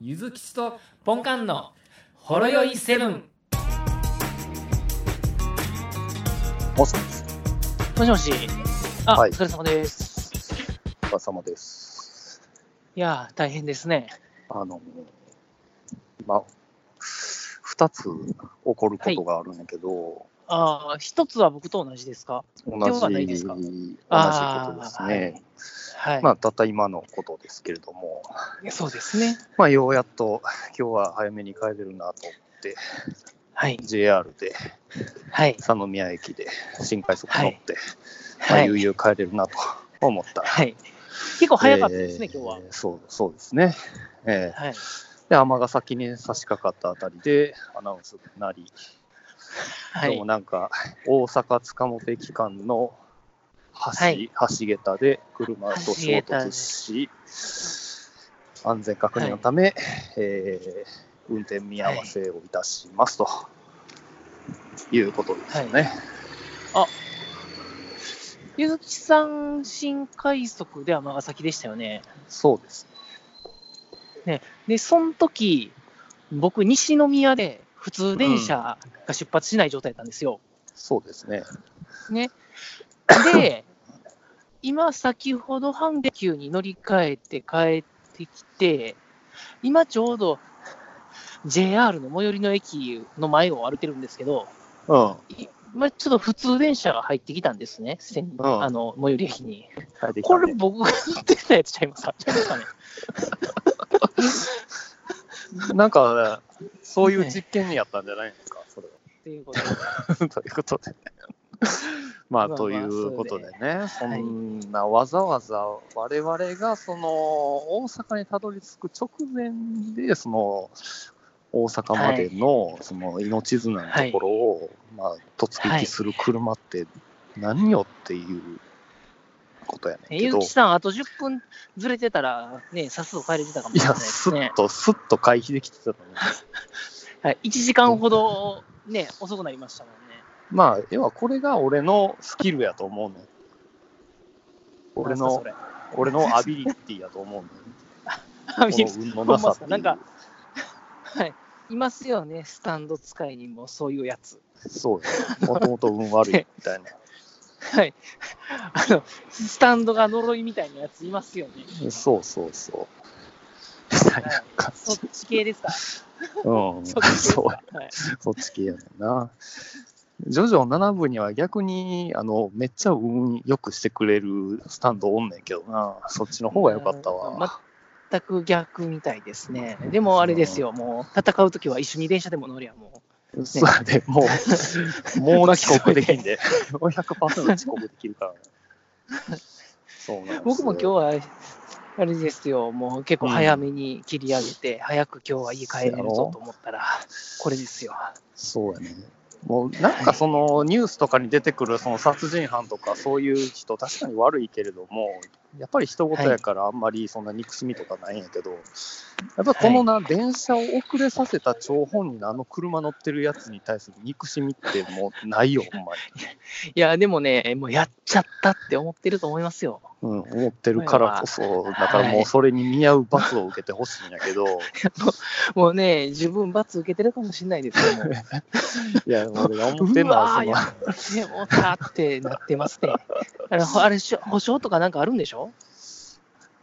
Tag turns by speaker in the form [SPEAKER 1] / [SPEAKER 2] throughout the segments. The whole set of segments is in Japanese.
[SPEAKER 1] ゆずきちとポンカンのほろよいセブン。
[SPEAKER 2] もしもし、
[SPEAKER 3] もしもし。あ、
[SPEAKER 2] はい
[SPEAKER 3] お疲れ様です。
[SPEAKER 2] お母様です。
[SPEAKER 3] いやー、大変ですね。
[SPEAKER 2] あの、まあ、二つ起こることがあるんだけど、
[SPEAKER 3] ああ、一つは僕と同じですか
[SPEAKER 2] 同じ、
[SPEAKER 3] は
[SPEAKER 2] 同
[SPEAKER 3] な
[SPEAKER 2] じ
[SPEAKER 3] いですか
[SPEAKER 2] ことですね。
[SPEAKER 3] はい。
[SPEAKER 2] まあ、たった今のことですけれども、
[SPEAKER 3] そうですね。
[SPEAKER 2] まあ、ようやっと今日は早めに帰れるなと、
[SPEAKER 3] はい。
[SPEAKER 2] JR で、
[SPEAKER 3] はい。
[SPEAKER 2] 佐宮駅で、新快速乗って、
[SPEAKER 3] は
[SPEAKER 2] まあ、
[SPEAKER 3] い。
[SPEAKER 2] 悠々帰れるなと思った。
[SPEAKER 3] はい。結構早かったです
[SPEAKER 2] え
[SPEAKER 3] ね、
[SPEAKER 2] ー
[SPEAKER 3] 今日は。
[SPEAKER 2] そうそうですね。え
[SPEAKER 3] はい。
[SPEAKER 2] ーで、尼崎に差し掛かったあたりで、アナウンスなり、
[SPEAKER 3] は
[SPEAKER 2] で
[SPEAKER 3] い
[SPEAKER 2] も。なんか、大阪塚本駅間の橋,、
[SPEAKER 3] はい
[SPEAKER 2] 橋桁で車と衝突し、安全確認のため、えー運転見合わせをいたしますと、い、うことですよね。
[SPEAKER 3] ゆずきさん、新快速で尼崎でしたよね。
[SPEAKER 2] そうです。
[SPEAKER 3] で、その時、僕、西宮で普通電車が出発しない状態なんですよ。
[SPEAKER 2] そうですね。
[SPEAKER 3] で、今先ほど阪急に乗り換えて帰ってきて、今ちょうど JR の最寄りの駅の前を歩いてるんですけど、
[SPEAKER 2] うん。はい
[SPEAKER 3] まあ、ちょっと普通電車が入ってきたんですね、線
[SPEAKER 2] うん
[SPEAKER 3] あの最寄り駅に。
[SPEAKER 2] い、できた
[SPEAKER 3] こ
[SPEAKER 2] ね
[SPEAKER 3] れ僕が乗ってたやつちゃいますかちゃいま すかね。
[SPEAKER 2] なんか、そういう実験やったんじゃないですか、それは。
[SPEAKER 3] っていうことで
[SPEAKER 2] ということで。まあ、
[SPEAKER 3] まあ
[SPEAKER 2] ということでね、そ
[SPEAKER 3] はい
[SPEAKER 2] んなわざわざ我々がその大阪にたどり着く直前で、その大阪までのその命綱のところを、まあ、突撃する車って何よっていうことやねん
[SPEAKER 3] ゆ
[SPEAKER 2] け
[SPEAKER 3] う
[SPEAKER 2] ど、
[SPEAKER 3] きさん、あと10分ずれてたら、ね、さっそと帰れてたかも
[SPEAKER 2] い
[SPEAKER 3] しれな
[SPEAKER 2] や、
[SPEAKER 3] いですす
[SPEAKER 2] っ
[SPEAKER 3] ね。
[SPEAKER 2] と、すっと回避できてたのに。
[SPEAKER 3] はい、1時間ほど、ね、遅くなりましたもんね。
[SPEAKER 2] まあ、要はこれが俺のスキルやと思うねん。俺
[SPEAKER 3] なんすか
[SPEAKER 2] の、俺のアビリティやと思 うねん。
[SPEAKER 3] それ
[SPEAKER 2] この運のなさっていう
[SPEAKER 3] ほんまっすかなんかはい。いますよね、スタンド使いにもそういうやつ。
[SPEAKER 2] そうよ。もともと運悪いみたい
[SPEAKER 3] はい。あの、スタンドが呪いみたいなやついますよね。
[SPEAKER 2] な。そうそうそう。みた いな感
[SPEAKER 3] そっ
[SPEAKER 2] じ。
[SPEAKER 3] ち系ですか。
[SPEAKER 2] うん。
[SPEAKER 3] そっち系です
[SPEAKER 2] そう
[SPEAKER 3] か。はい。
[SPEAKER 2] そっち系やねんな。ジョジョ7部には逆に、あの、めっちゃ運良くしてくれるスタンドおんねんけどな。そっちの方が良かったわ。
[SPEAKER 3] うん。全く逆みたいですね。でもあれですよ、もう戦うときは一緒に電車でも乗りゃも
[SPEAKER 2] そうやで、もう、もう遅刻でき んで、400%遅刻できるからね。そうなんです
[SPEAKER 3] う。僕も今日
[SPEAKER 2] 日
[SPEAKER 3] は、あれですよ、もう結構早めに切り上げて、早く今日は家帰れるぞと思ったら、これですよ。
[SPEAKER 2] そうやね。もうなんかそのニュースとかに出てくるその殺人犯とかそういう人、確かに悪いけれども、やっぱり人事やからあんまりそんな憎しみとかないんやけど、やっぱこのな、電車を遅れさせた張本人のあの車乗ってるやつに対する憎しみってもうないよ、ほんまに。
[SPEAKER 3] いや、でもね、もうやっちゃったって思ってると思いますよ。
[SPEAKER 2] うん、思ってるからこそ、だからもうそれに見合う罰を受けてほしいんやけど、
[SPEAKER 3] もうね、十分罰受けてるかもしれないですよ、もう。
[SPEAKER 2] いや、俺が思ってんの
[SPEAKER 3] うわ
[SPEAKER 2] は
[SPEAKER 3] ー
[SPEAKER 2] その、
[SPEAKER 3] でもさってなってます ね。あれ、あれしょ保証とかなんかあるんでしょ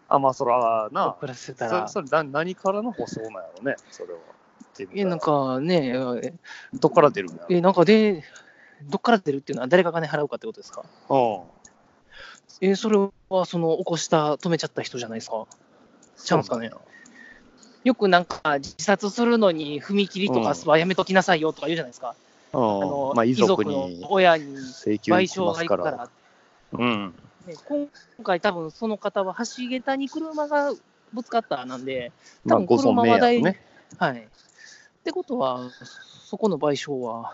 [SPEAKER 2] あ、まあ、そらな、
[SPEAKER 3] 遅らせた
[SPEAKER 2] それ
[SPEAKER 3] ら。
[SPEAKER 2] それな何からの保証なんやろね、それは。
[SPEAKER 3] え、なんかね、え
[SPEAKER 2] どっから出るんや
[SPEAKER 3] え、なんかで、どっから出るっていうのは誰が金払うかってことですか
[SPEAKER 2] ろ。うん。
[SPEAKER 3] え、それはその起こした、止めちゃった人じゃないですかちゃうんすかねよくなんか自殺するのに踏切とかはやめときなさいよとか言うじゃないですか。
[SPEAKER 2] う
[SPEAKER 3] あの
[SPEAKER 2] ん。まあ、遺族に
[SPEAKER 3] の親に
[SPEAKER 2] 請求
[SPEAKER 3] 賠
[SPEAKER 2] 行き
[SPEAKER 3] 償
[SPEAKER 2] ま
[SPEAKER 3] が
[SPEAKER 2] す
[SPEAKER 3] 行
[SPEAKER 2] か
[SPEAKER 3] くから
[SPEAKER 2] ら。。うん。
[SPEAKER 3] ね、今回、多分その方は橋桁に車がぶつかったなんで、
[SPEAKER 2] まあ、
[SPEAKER 3] 多分
[SPEAKER 2] ご存命やろ
[SPEAKER 3] 車は
[SPEAKER 2] ね。
[SPEAKER 3] はい。ってことは、そこの賠償は、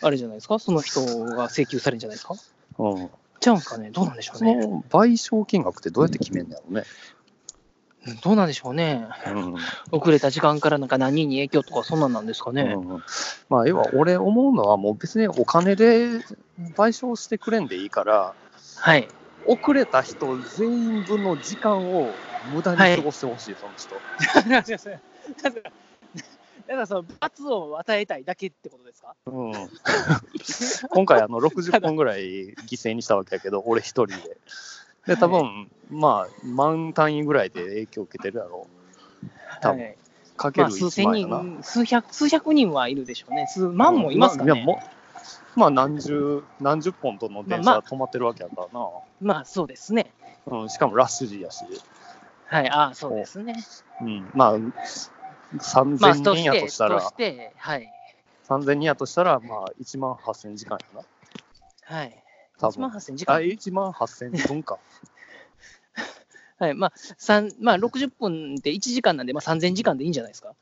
[SPEAKER 3] あれじゃないですか、その人が請求されるんじゃないですか。
[SPEAKER 2] うん。
[SPEAKER 3] ちゃうんすかね、どうなんでしょう
[SPEAKER 2] そ
[SPEAKER 3] ね。
[SPEAKER 2] の賠償金額ってどうやって決めんだろうね。
[SPEAKER 3] うんどうなんでしょうね。
[SPEAKER 2] うん。
[SPEAKER 3] 遅れた時間からなんか何人に影響とか、そんなんなんですかね。
[SPEAKER 2] うん、まあ要は俺思うのはもう別にお金で賠償してくれんでいいから
[SPEAKER 3] はい。
[SPEAKER 2] 遅れた人全員分の時間を無駄に過ごしてほしい、その人
[SPEAKER 3] 確だから、だからその罰を与えたいだけってことですか
[SPEAKER 2] うん、今回あの60本ぐらい犠牲にしたわけやけど、俺一人で。で、多分、まあ、万単位ぐらいで影響を受けてるやろう。多分、
[SPEAKER 3] はい
[SPEAKER 2] かけ
[SPEAKER 3] ま
[SPEAKER 2] る
[SPEAKER 3] あ、数
[SPEAKER 2] 1
[SPEAKER 3] 千
[SPEAKER 2] 万やな。
[SPEAKER 3] 人、数百、数百人はいるでしょうね。数万もいますか
[SPEAKER 2] うんいや
[SPEAKER 3] ね。
[SPEAKER 2] もまあ、何十、何十本との電
[SPEAKER 3] ま
[SPEAKER 2] 車
[SPEAKER 3] あまあ
[SPEAKER 2] 止まってるわけやからな。
[SPEAKER 3] まあ、そうですね。
[SPEAKER 2] うん、しかもラッシュ時やし。
[SPEAKER 3] はい、ああ、そうですね。
[SPEAKER 2] うん、まあ、
[SPEAKER 3] まあ、
[SPEAKER 2] 3000
[SPEAKER 3] と
[SPEAKER 2] 人
[SPEAKER 3] し
[SPEAKER 2] や
[SPEAKER 3] て、
[SPEAKER 2] としたら、
[SPEAKER 3] として、はい。
[SPEAKER 2] 3000人やとしたら、まあ、1万8000時間やな。
[SPEAKER 3] はい。
[SPEAKER 2] 多
[SPEAKER 3] 1万
[SPEAKER 2] 分。
[SPEAKER 3] 8000時
[SPEAKER 2] あ、
[SPEAKER 3] 間。
[SPEAKER 2] 1万8000分か。
[SPEAKER 3] はい。まあ、三まあ、60分で1時間なんで、まあ、3000時間でいいんじゃないですか。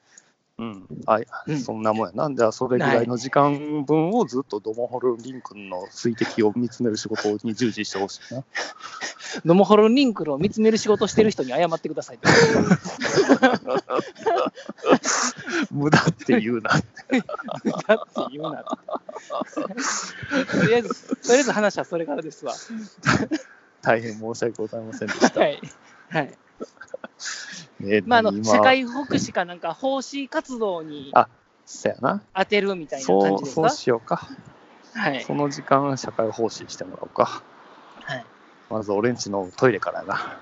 [SPEAKER 2] うん、あ
[SPEAKER 3] うん
[SPEAKER 2] そんなもんやな。じゃあ、それぐらいの時間分をずっとドモホルリン君の水滴を見つめる仕事に従事してほしいな。
[SPEAKER 3] ノモホロリンクルを見つめる仕事してる人に謝ってくださいって。
[SPEAKER 2] 無駄って言うな。
[SPEAKER 3] だって言う なって。とりあえず、とりあえず話はそれからですわ。
[SPEAKER 2] 大変申し訳ございませんでした。
[SPEAKER 3] はい。はい。
[SPEAKER 2] ね
[SPEAKER 3] まあ、あの、
[SPEAKER 2] 今
[SPEAKER 3] 社会福祉かなんか、奉仕活動に
[SPEAKER 2] そやな。
[SPEAKER 3] 当てるみたいな
[SPEAKER 2] そ
[SPEAKER 3] 感じ
[SPEAKER 2] う、
[SPEAKER 3] です
[SPEAKER 2] そう
[SPEAKER 3] か
[SPEAKER 2] しようか。
[SPEAKER 3] はい。
[SPEAKER 2] その時間、社会奉仕してもらおうか。
[SPEAKER 3] はい。
[SPEAKER 2] まず、俺んちのトイレからやな。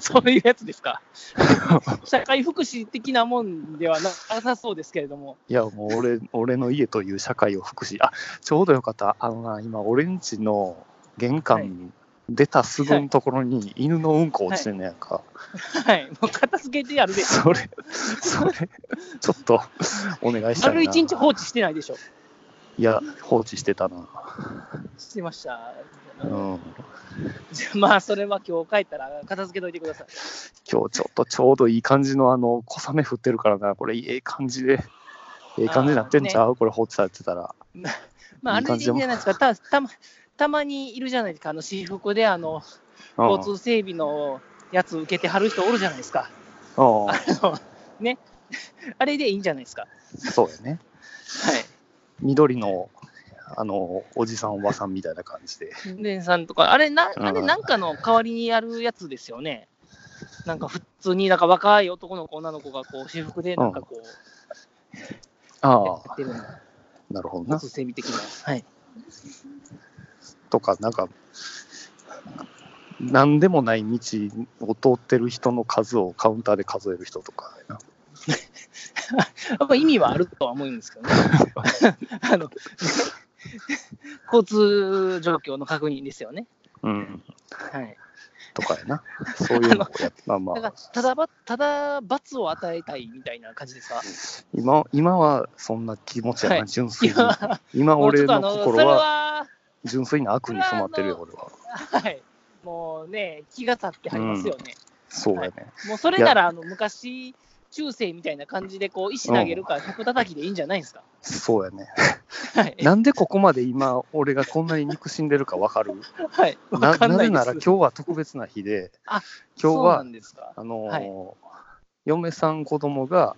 [SPEAKER 3] そういうやつですか。 社会福祉的なもんではなさそうですけれども。
[SPEAKER 2] いや、もう 俺、俺の家という社会を福祉。あ、ちょうどよかった。あのな、今、俺んちの玄
[SPEAKER 3] はい
[SPEAKER 2] 関出たすぐのところに犬のうんこ落ちてんねやんか。
[SPEAKER 3] はい。もう片付けてやるで。
[SPEAKER 2] それ、それ、ちょっと、お願いしたいな。
[SPEAKER 3] 丸一日放置してないでしょ。
[SPEAKER 2] いや、放置してたな。
[SPEAKER 3] してました。
[SPEAKER 2] うん。
[SPEAKER 3] じゃあ まあ、それは今日帰ったら片付けといてください。
[SPEAKER 2] 今日ちょっとちょうどいい感じの、あの、小雨降ってるからな。これ、ええ感じで、ええ感じになってんちゃう、これ放置されてたら。
[SPEAKER 3] まあ、あ
[SPEAKER 2] いい
[SPEAKER 3] れい
[SPEAKER 2] 感
[SPEAKER 3] い
[SPEAKER 2] じ
[SPEAKER 3] じ
[SPEAKER 2] で
[SPEAKER 3] ゃ
[SPEAKER 2] も
[SPEAKER 3] ないですか。たたまたまにいるじゃないですか。あの、私服で、あの、
[SPEAKER 2] うん
[SPEAKER 3] 交通整備のやつ受けてはる人おるじゃないですか。
[SPEAKER 2] うん
[SPEAKER 3] あの、ね。あれでいいんじゃないですか。
[SPEAKER 2] そうやね。
[SPEAKER 3] は
[SPEAKER 2] 緑の、あの、おじさん、おばさんみたいな感じで。
[SPEAKER 3] い。レンさんとか、あれな、
[SPEAKER 2] うん
[SPEAKER 3] あれなんかの代わりにやるやつですよね。なんか普通になんか若い男の子、女の子がこう、私服でなんかこう、や
[SPEAKER 2] ああ、
[SPEAKER 3] ってるの。
[SPEAKER 2] なるほどな
[SPEAKER 3] 交。通整備的な。はい。
[SPEAKER 2] とか、なんか、なんでもない道を通ってる人の数をカウンターで数える人とかやな。
[SPEAKER 3] やっぱ意味はあるとは思うんです けどね。あの、 交通状況の確認ですよね。
[SPEAKER 2] うん。
[SPEAKER 3] はい。
[SPEAKER 2] とかやな。そういうのを やっまあま
[SPEAKER 3] だから
[SPEAKER 2] あ、、
[SPEAKER 3] ただば、ただ罰を与えたいみたいな感じ ですか。
[SPEAKER 2] 今今はそんな気持ちやな、
[SPEAKER 3] はい
[SPEAKER 2] 純粋に。
[SPEAKER 3] 今、
[SPEAKER 2] 今
[SPEAKER 3] もう
[SPEAKER 2] 俺
[SPEAKER 3] ちょっとあ
[SPEAKER 2] の
[SPEAKER 3] の、そ
[SPEAKER 2] 心
[SPEAKER 3] れ
[SPEAKER 2] は
[SPEAKER 3] は、
[SPEAKER 2] 純粋な悪に染まってるよ、
[SPEAKER 3] そ
[SPEAKER 2] 俺は。
[SPEAKER 3] はい。もうね、気が立ってはりますよね。
[SPEAKER 2] そうやね。
[SPEAKER 3] もうそれなら、あの、昔、中世みたいな感じで、こう、石投げるか、百叩きでいいんじゃないですか。
[SPEAKER 2] そうやね。
[SPEAKER 3] はい。
[SPEAKER 2] なんでここまで今、俺がこんなに憎しんでるかわかる
[SPEAKER 3] はい。
[SPEAKER 2] な
[SPEAKER 3] わかん
[SPEAKER 2] な
[SPEAKER 3] ない
[SPEAKER 2] ぜ
[SPEAKER 3] です。
[SPEAKER 2] なら今日は特別な日で
[SPEAKER 3] あ、
[SPEAKER 2] 今日
[SPEAKER 3] そうな
[SPEAKER 2] は
[SPEAKER 3] んですか。
[SPEAKER 2] あのー
[SPEAKER 3] はい
[SPEAKER 2] 嫁さん子供が、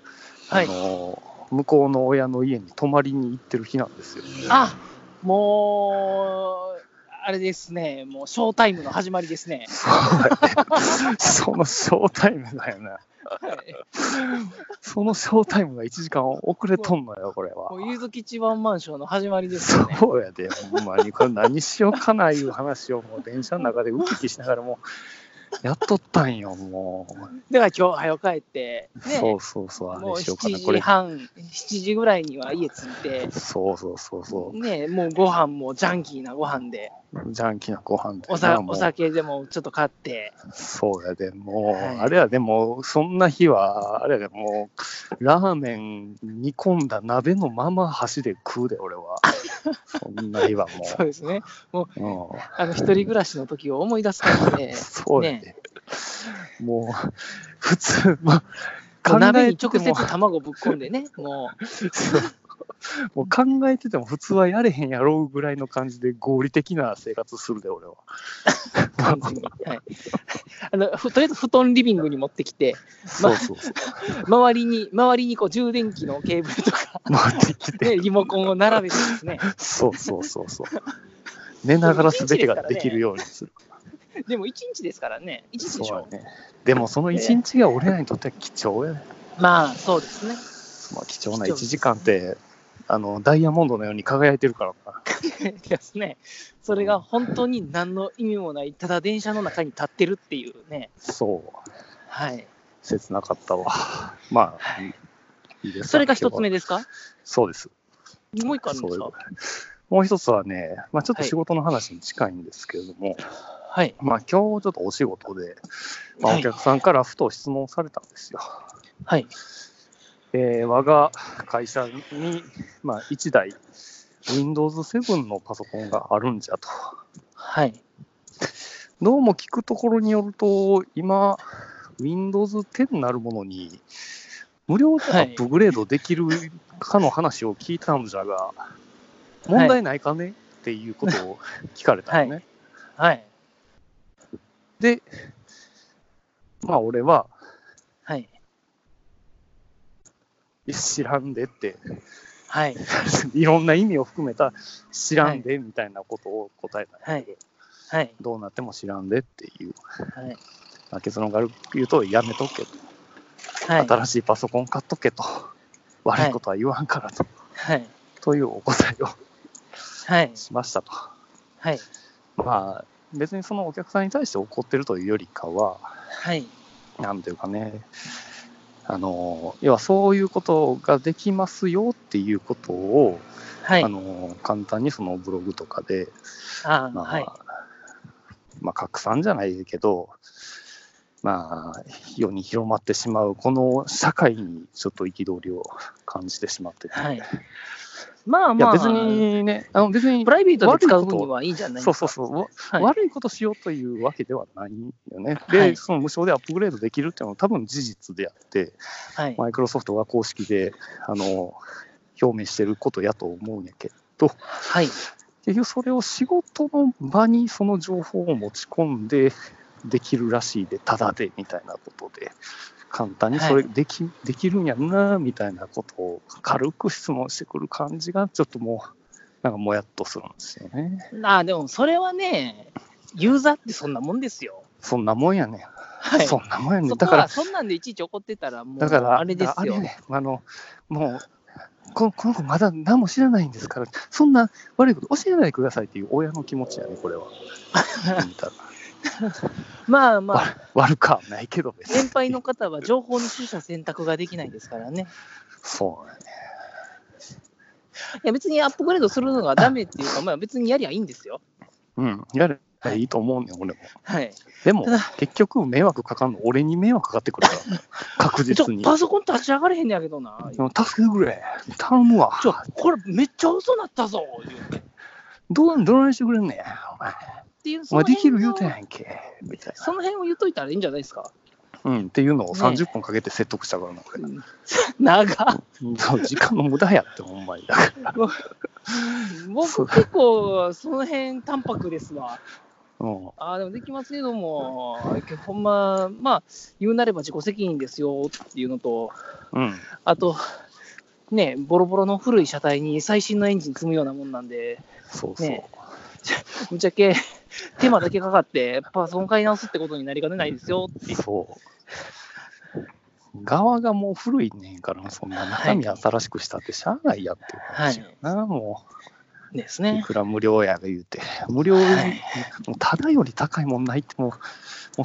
[SPEAKER 3] はい
[SPEAKER 2] あのー向こうの親の家に泊まりに行ってる日なんですよ。
[SPEAKER 3] あもう、あれですね、もうショータイムの始まりです ね。
[SPEAKER 2] そのショータイムだよな。
[SPEAKER 3] はい
[SPEAKER 2] そのショータイムが1時間遅れとんのよ、これは
[SPEAKER 3] も。う、ゆずきちワンマンションの始まりですよね。
[SPEAKER 2] そうやで、ほんまに。これ何しようかないう話を、もう電車の中でウキウキしながらもう、やっとったんよ、もう。
[SPEAKER 3] だから今日、早く帰って、ね、
[SPEAKER 2] そうそうそう、あ
[SPEAKER 3] もう
[SPEAKER 2] れしようか
[SPEAKER 3] 7
[SPEAKER 2] な、こ
[SPEAKER 3] 時
[SPEAKER 2] れ。
[SPEAKER 3] 半、7時ぐらいには家着いて、
[SPEAKER 2] そうそうそうそ
[SPEAKER 3] ね、もうご飯もジャンキーなご飯で、
[SPEAKER 2] う。ジャンキーなご飯
[SPEAKER 3] お
[SPEAKER 2] な
[SPEAKER 3] さ
[SPEAKER 2] もう
[SPEAKER 3] お酒でもちょっと買って、
[SPEAKER 2] そうやで、もう、
[SPEAKER 3] はい
[SPEAKER 2] あれやで、もう、そんな日は、あれやで、もう、ラーメン煮込んだ鍋のまま箸で食うで、俺 は。そんな日はも
[SPEAKER 3] そうですね、
[SPEAKER 2] う。うん
[SPEAKER 3] あの、一人暮らしの時を思い出す感じ で、
[SPEAKER 2] そうやね。
[SPEAKER 3] ね
[SPEAKER 2] もう、普通、まあ、
[SPEAKER 3] もう
[SPEAKER 2] 考
[SPEAKER 3] 鍋
[SPEAKER 2] え
[SPEAKER 3] に
[SPEAKER 2] てて
[SPEAKER 3] 直接
[SPEAKER 2] も、
[SPEAKER 3] 卵ぶっ込んでね、もう、
[SPEAKER 2] もう考えてても普通はやれへんやろうぐらいの感じで合理的な生活するで、俺は。
[SPEAKER 3] 完全に。はい、あのふとりあえず布団リビングに持ってきて、
[SPEAKER 2] そうそうそう。
[SPEAKER 3] 周りに、周りにこう充電器のケーブルとか、
[SPEAKER 2] 回ってきて、
[SPEAKER 3] ね、リモコンを並べてですね、
[SPEAKER 2] そうそうそうそう。寝ながら全てができるようにする。
[SPEAKER 3] でも1日ですからね、1日でし
[SPEAKER 2] そう
[SPEAKER 3] ょ。
[SPEAKER 2] やね。でもその一日が俺らにとっては貴重やね。
[SPEAKER 3] まあ、そうですね。
[SPEAKER 2] まあ、貴重な1時間って、あの、ダイヤモンドのように輝いてるからな。
[SPEAKER 3] ですね。それが本当に何の意味もない、ただ電車の中に立ってるっていうね。
[SPEAKER 2] そう。
[SPEAKER 3] はい。
[SPEAKER 2] 切なかったわ。 まあ、いいです
[SPEAKER 3] それが一
[SPEAKER 2] 今
[SPEAKER 3] つ目
[SPEAKER 2] 日は
[SPEAKER 3] ですか
[SPEAKER 2] そうです。
[SPEAKER 3] もう一個あるんです
[SPEAKER 2] そうい
[SPEAKER 3] か
[SPEAKER 2] うもう一つはね、まあ、ちょっと仕事の話に近いんですけれども、
[SPEAKER 3] はい。
[SPEAKER 2] まあ今日ちょっとお仕事で、まあ、
[SPEAKER 3] は
[SPEAKER 2] お
[SPEAKER 3] い
[SPEAKER 2] 客さんからふと質問されたんですよ。
[SPEAKER 3] はい。
[SPEAKER 2] えー我が会社に、まあ、1台 Windows7 のパソコンがあるんじゃと。
[SPEAKER 3] はい。
[SPEAKER 2] どうも聞くところによると、今、Windows 10なるものに、無料でアップグレードできるかの話を聞いたのじゃが、問題ないかね、っていうことを聞かれたのね。
[SPEAKER 3] はい。
[SPEAKER 2] で、まあ俺は、
[SPEAKER 3] はい。
[SPEAKER 2] いや知らんでって、
[SPEAKER 3] はい。
[SPEAKER 2] いろんな意味を含めた知らんでみたいなことを答えたんだけど、
[SPEAKER 3] はい。
[SPEAKER 2] どうなっても知らんでっていう、
[SPEAKER 3] はい。
[SPEAKER 2] まあ、結論がある言うと、やめとけと、
[SPEAKER 3] はい。
[SPEAKER 2] 新しいパソコン買っとけと、悪いことは言わんからと、
[SPEAKER 3] はい。
[SPEAKER 2] というお答えを
[SPEAKER 3] はい。
[SPEAKER 2] しましたと。
[SPEAKER 3] はい。
[SPEAKER 2] まあ、別にそのお客さんに対して怒ってるというよりかは、
[SPEAKER 3] はい。
[SPEAKER 2] なんていうかね、あの要はそういうことができますよっていうことを、
[SPEAKER 3] はい。
[SPEAKER 2] あの簡単にそのブログとかで、
[SPEAKER 3] あ
[SPEAKER 2] まあ、
[SPEAKER 3] はい。
[SPEAKER 2] まあ、拡散じゃないけど、まあ、世に広まってしまう、この社会にちょっと憤りを感じてしまってて、、
[SPEAKER 3] はいい。まあま
[SPEAKER 2] や
[SPEAKER 3] あ、
[SPEAKER 2] 別にね、あの別に
[SPEAKER 3] プライベートで使う分にはいいんじゃないです
[SPEAKER 2] そ
[SPEAKER 3] か。
[SPEAKER 2] うそうそう、わ
[SPEAKER 3] はい。
[SPEAKER 2] 悪いことしようというわけではないよね。で、
[SPEAKER 3] はい
[SPEAKER 2] その無償でアップグレードできるっていうのは多分事実であって、
[SPEAKER 3] はい。
[SPEAKER 2] マイクロソフトが公式であの表明してることやと思うんやけど、
[SPEAKER 3] はい。
[SPEAKER 2] 結局それを仕事の場にその情報を持ち込んでできるらしいで、ただでみたいなことで、簡単にそれ
[SPEAKER 3] は
[SPEAKER 2] でき,、できるんやんなみたいなことを軽く質問してくる感じが、ちょっともう、なんかもやっとするんですよね。
[SPEAKER 3] ああ、でもそれはね、ユーザーってそんなもんですよ。
[SPEAKER 2] そんなもんやねん。
[SPEAKER 3] はい。
[SPEAKER 2] そんなもんやねん。
[SPEAKER 3] そ
[SPEAKER 2] だ
[SPEAKER 3] こ
[SPEAKER 2] から
[SPEAKER 3] は、そんなんでいちいち怒ってたら、もう、
[SPEAKER 2] だから、
[SPEAKER 3] あれです
[SPEAKER 2] あ
[SPEAKER 3] よ。
[SPEAKER 2] ねあの、もう、ここの子まだ何も知らないんですから、そんな悪いこと教えないでくださいっていう親の気持ちやね、これ は。見たら
[SPEAKER 3] まあまあ、
[SPEAKER 2] 悪くはないけど別に
[SPEAKER 3] 年配の方は情報の取捨選択ができないですからね。
[SPEAKER 2] そうなんやね。
[SPEAKER 3] いや、別にアップグレードするのがダメっ ていうか、まあ別にやりゃいいんですよ。
[SPEAKER 2] うん。やればいいと思うねん、俺も。
[SPEAKER 3] はい。
[SPEAKER 2] でも
[SPEAKER 3] ただ、
[SPEAKER 2] 結局、迷惑かかんの、俺に迷惑かかってく るから、確
[SPEAKER 3] ちょ
[SPEAKER 2] 実、に。
[SPEAKER 3] パソコン立ち上がれへんねやけどな。
[SPEAKER 2] でも助けてくれ、頼むわ。
[SPEAKER 3] ちょ、これめっちゃ嘘なったぞ言うてっ
[SPEAKER 2] どうどないしてくれんねん、お前。
[SPEAKER 3] ていう、
[SPEAKER 2] お
[SPEAKER 3] その
[SPEAKER 2] 前でき
[SPEAKER 3] 辺
[SPEAKER 2] る言
[SPEAKER 3] を
[SPEAKER 2] うてんやんけ、みたいな。
[SPEAKER 3] その辺を言っといたらいいんじゃないですか。
[SPEAKER 2] うん、っていうのを30分かけて説得したからな、これ。
[SPEAKER 3] 長っ
[SPEAKER 2] そう時間の無駄やって、ほんまに。だから。そ
[SPEAKER 3] 僕
[SPEAKER 2] う
[SPEAKER 3] 結構その辺淡白ですわ。
[SPEAKER 2] うん。
[SPEAKER 3] ああ、でもできますけども、ほんま、まあ、言うなれば自己責任ですよっていうのと、
[SPEAKER 2] うん。
[SPEAKER 3] あと、ね、ボロボロの古い車体に最新のエンジン積むようなもんなんで、
[SPEAKER 2] そうそう。
[SPEAKER 3] ねぶっちゃけ手間だけかかって、パソコン買い直すってことになりかねないですよっていう。
[SPEAKER 2] そう。側がもう古いねんから、そんな中身新しくしたってしゃあないやっていう話やな、も
[SPEAKER 3] です
[SPEAKER 2] う、い
[SPEAKER 3] ね。
[SPEAKER 2] くら無料や言うて、無料、
[SPEAKER 3] はい
[SPEAKER 2] もうただより高いもんないって、もう、も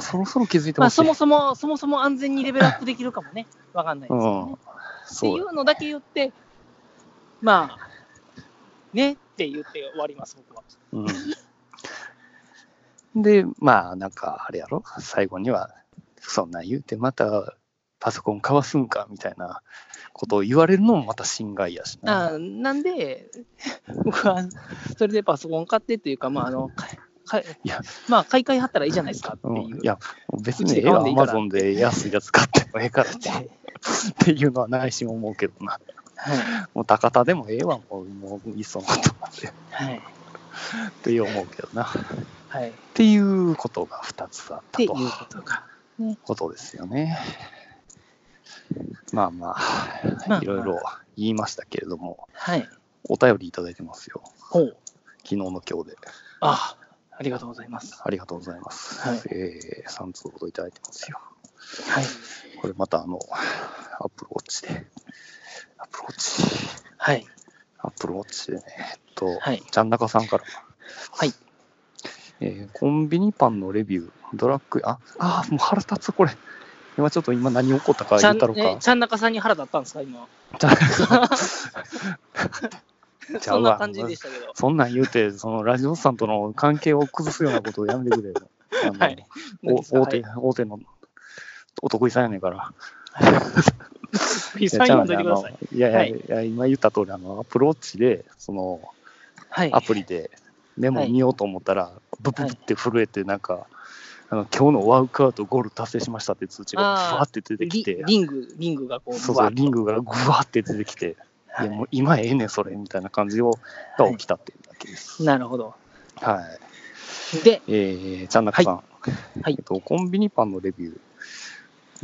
[SPEAKER 2] うそろそろ気づいてほ
[SPEAKER 3] まあ、
[SPEAKER 2] しい。
[SPEAKER 3] そもそも、そもそも安全にレベルアップできるかもね、わかんないですよね。
[SPEAKER 2] うん
[SPEAKER 3] っ。て
[SPEAKER 2] そ。
[SPEAKER 3] いううのだけ言って、まあ、ねって言って終わります、僕は。
[SPEAKER 2] うん、で、まあ、なんか、あれやろ、最後には、そんなん言うて、また、パソコン買わすんかみたいなことを言われるのもまた心外やしな。
[SPEAKER 3] あーなんで、 僕はそれでパソコン買ってっていうか、まあ、あの、かか
[SPEAKER 2] いや
[SPEAKER 3] まあ、買い替えはったらいいじゃないですかって
[SPEAKER 2] うん、
[SPEAKER 3] い。
[SPEAKER 2] いうや、別
[SPEAKER 3] うち
[SPEAKER 2] にえ
[SPEAKER 3] で
[SPEAKER 2] え
[SPEAKER 3] 買わ
[SPEAKER 2] わ、
[SPEAKER 3] ん
[SPEAKER 2] ア
[SPEAKER 3] でいいか
[SPEAKER 2] マ
[SPEAKER 3] ら
[SPEAKER 2] ゾンで安いやつ買ってもええからってっていうのは内心思うけどな。
[SPEAKER 3] はい。
[SPEAKER 2] もう高田でもええわ、もう、もういっそのことなんで
[SPEAKER 3] はい。
[SPEAKER 2] って思うけどな。っ
[SPEAKER 3] はい。って
[SPEAKER 2] いうことが2つあった
[SPEAKER 3] ていう
[SPEAKER 2] と
[SPEAKER 3] こ。とか。
[SPEAKER 2] ことですよね。まあま
[SPEAKER 3] ま
[SPEAKER 2] あ
[SPEAKER 3] あ、
[SPEAKER 2] いろいろ言いましたけれども、
[SPEAKER 3] はい。
[SPEAKER 2] お便りいただいてますよ。
[SPEAKER 3] ほう。
[SPEAKER 2] 昨日の今日で。
[SPEAKER 3] あありがとうございます。
[SPEAKER 2] ありがとうございます。
[SPEAKER 3] はい
[SPEAKER 2] えー、3通ほどいただいてますよ。
[SPEAKER 3] はい。
[SPEAKER 2] これまたあの、アップルウォッチで、アップルウォッチ、
[SPEAKER 3] はい。
[SPEAKER 2] アップルウォッチでね、えっと、
[SPEAKER 3] はい。
[SPEAKER 2] ちゃん中さんから。
[SPEAKER 3] はい。
[SPEAKER 2] えーコンビニパンのレビュー、ドラッグ、あ、あー、もう腹立つ、これ。今ちょっと今何起こったか
[SPEAKER 3] ちゃ
[SPEAKER 2] 言
[SPEAKER 3] ん
[SPEAKER 2] ったの
[SPEAKER 3] え
[SPEAKER 2] か。
[SPEAKER 3] ちゃん中さんに腹立ったんですか、今。
[SPEAKER 2] ちゃんちゃ
[SPEAKER 3] そ
[SPEAKER 2] うん
[SPEAKER 3] な
[SPEAKER 2] わ
[SPEAKER 3] 感じでしたけど。
[SPEAKER 2] そんなん言うて、そのラジオさんとの関係を崩すようなことをやめてくれよ。あの
[SPEAKER 3] はい
[SPEAKER 2] お大手、
[SPEAKER 3] はい。
[SPEAKER 2] 大手のお得意さんやねんから。
[SPEAKER 3] ピー
[SPEAKER 2] い
[SPEAKER 3] ス
[SPEAKER 2] や
[SPEAKER 3] サイ
[SPEAKER 2] ち
[SPEAKER 3] ン
[SPEAKER 2] ゃ
[SPEAKER 3] 読
[SPEAKER 2] うんねあ
[SPEAKER 3] どいてくださ
[SPEAKER 2] の
[SPEAKER 3] い。
[SPEAKER 2] いやいや
[SPEAKER 3] はい
[SPEAKER 2] いや、今言った通り、あの、アプローチで、その、
[SPEAKER 3] はい。
[SPEAKER 2] アプリでメモ見ようと思ったら、ブブブって震えて、なんか、あの今日のワークアウトゴール達成しましたって通知がブ
[SPEAKER 3] あー
[SPEAKER 2] ワーって出てき
[SPEAKER 3] リ
[SPEAKER 2] て、
[SPEAKER 3] リング、リングがこう、
[SPEAKER 2] そうそ
[SPEAKER 3] ブワ
[SPEAKER 2] う、
[SPEAKER 3] ーッ
[SPEAKER 2] リングがグワーって出てきて、
[SPEAKER 3] はい
[SPEAKER 2] いやもう今ええねん、それ、みたいな感じをが起きたっていうだけです。
[SPEAKER 3] なるほど。
[SPEAKER 2] はい。
[SPEAKER 3] で、
[SPEAKER 2] えー、ちゃんなかさん、
[SPEAKER 3] はい
[SPEAKER 2] えっと、コンビニパンのレビュー。